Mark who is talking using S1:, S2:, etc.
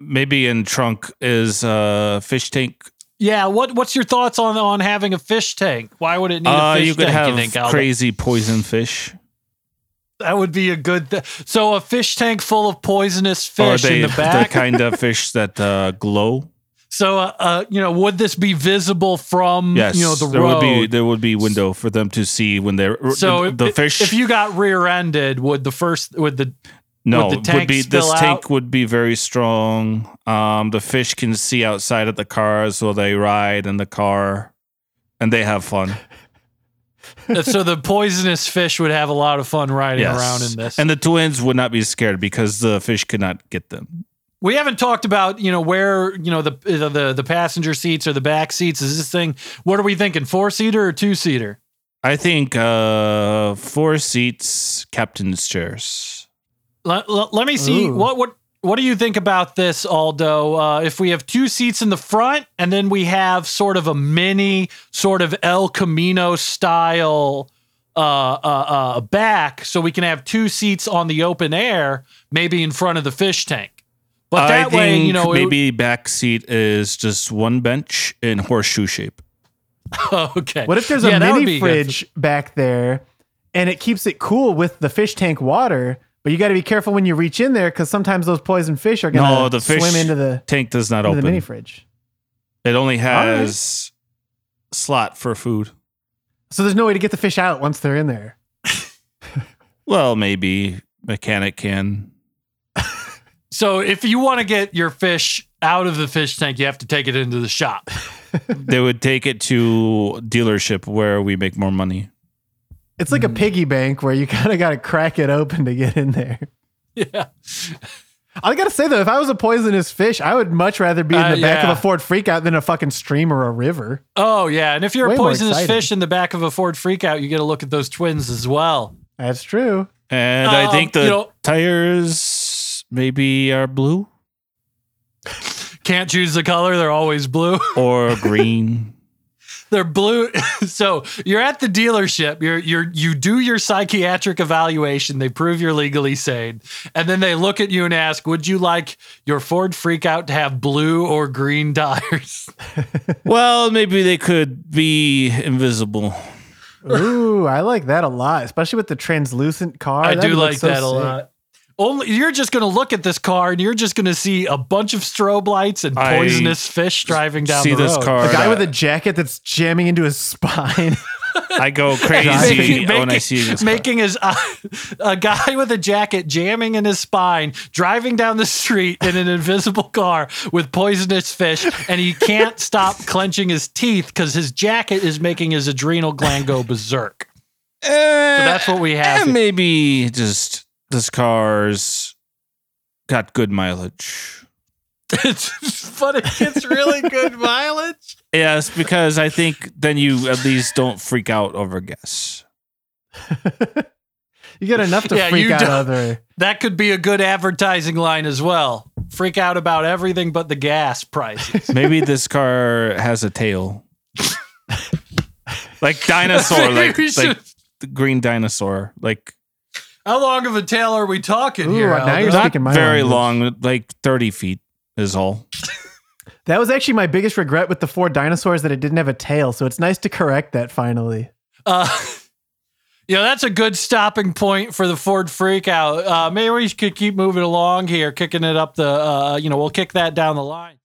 S1: maybe in trunk is uh, fish tank.
S2: Yeah, what what's your thoughts on on having a fish tank? Why would it need
S1: Uh,
S2: a fish
S1: you could
S2: tank?
S1: have
S2: you think Aldo?
S1: crazy poison fish.
S2: that would be a good. Th- so a fish tank full of poisonous fish
S1: or Oh, they,
S2: in the back.
S1: kind of fish that uh, glow.
S2: so uh, uh, you know, would this be visible from
S1: Yes,
S2: you know the
S1: there would
S2: road?
S1: be there would be window for them to see when they're
S2: so
S1: the,
S2: if,
S1: the fish.
S2: if you got rear-ended, would the first would the
S1: no,
S2: would the
S1: it
S2: tank
S1: be
S2: spill
S1: this tank
S2: out?
S1: would be very strong. Um, the fish can see outside of the cars, so they ride in the car, and they have fun.
S2: so the poisonous fish would have a lot of fun riding
S1: Yes.
S2: around in this.
S1: and the twins would not be scared because the fish could not get them.
S2: we haven't talked about you know where you know the the the passenger seats or the back seats. Is this thing? What are we thinking? Four seater or two seater?
S1: I think uh, four seats, captain's chairs.
S2: Let, let, let me see
S3: Ooh.
S2: what what what do you think about this, Aldo? Uh, if we have two seats in the front and then we have sort of a mini, sort of El Camino style uh, uh, uh, back, so we can have two seats on the open air, maybe in front of the fish tank. But that
S1: I think
S2: way, you know, it-
S1: maybe back seat is just one bench in horseshoe shape.
S2: okay.
S3: What if there's
S2: Yeah,
S3: a
S2: that would be
S3: mini
S2: good.
S3: fridge back there and it keeps it cool with the fish tank water, but you got to be careful when you reach in there because sometimes those poison fish are going to
S1: No, the fish
S3: swim into the,
S1: Tank does not
S3: into the mini
S1: open.
S3: fridge.
S1: It only has slot for food.
S3: So there's no way to get the fish out once they're in there.
S1: Well, maybe mechanic can.
S2: So if you want to get your fish out of the fish tank, you have to take it into the shop.
S1: they would take it to dealership where we make more money.
S3: It's
S2: Hmm.
S3: like a piggy bank where you kind of got to crack it open to get in there.
S2: yeah.
S3: I gotta say though, if I was a poisonous fish, I would much rather be in
S2: Uh,
S3: the back
S2: yeah.
S3: of a Ford Freakout than a fucking stream or a river.
S2: Oh yeah, and if you're
S3: Way
S2: a
S3: more
S2: poisonous
S3: exciting.
S2: fish in the back of a Ford Freakout, you get a look at those twins as well.
S3: That's true.
S1: And I
S2: Um,
S1: think the
S2: you know-
S1: tires maybe are blue
S2: Can't choose the color; they're always blue.
S1: or green.
S2: they're blue. so you're at the dealership. You're you're you do your psychiatric evaluation. They prove you're legally sane, and then they look at you and ask, "Would you like your Ford Freakout to have blue or green tires?"
S3: Oh,
S1: well, maybe they could be invisible.
S3: Ooh, I like that a lot, especially with the translucent car.
S2: I
S3: That'd
S2: do
S3: look
S2: like
S3: so
S2: that
S3: sick.
S2: a lot. Only you're just going to look at this car and you're just going to see a bunch of strobe lights and
S1: I
S2: poisonous fish driving down
S1: see
S2: the road.
S1: this car.
S3: A guy
S1: that-
S3: with a jacket that's jamming into his spine.
S1: I go
S3: Making-
S1: crazy when I see this. car.
S2: making his uh, a guy with a jacket jamming in his spine, driving down the street in an invisible car with poisonous fish, and he can't stop clenching his teeth because his jacket is making his adrenal gland go berserk.
S1: Eh,
S2: that's what we have
S1: eh,
S2: here.
S1: maybe just this car's got good mileage.
S2: It's but it gets really good mileage.
S1: Yes, because I think then you at least don't freak out over gas.
S3: you get enough to
S2: Yeah,
S3: freak
S2: you
S3: out
S2: don't-
S3: other.
S2: That could be a good advertising line as well. Freak out about everything but the gas prices.
S1: Maybe this car has a tail, like dinosaur,
S2: Maybe
S1: like
S2: we
S1: like
S2: should-
S1: the green dinosaur, like
S2: How long of a tail are we talking
S3: Ooh,
S2: here?
S3: now
S2: Aldo?
S3: you're speaking my
S1: very
S3: language.
S1: long, like thirty feet is all.
S3: That was actually my biggest regret with the four dinosaurs that it didn't have a tail. So it's nice to correct that finally.
S2: Uh, you know, that's a good stopping point for the Ford Freakout. Uh, maybe we could keep moving along here, kicking it up the. Uh, you know, we'll kick that down the line.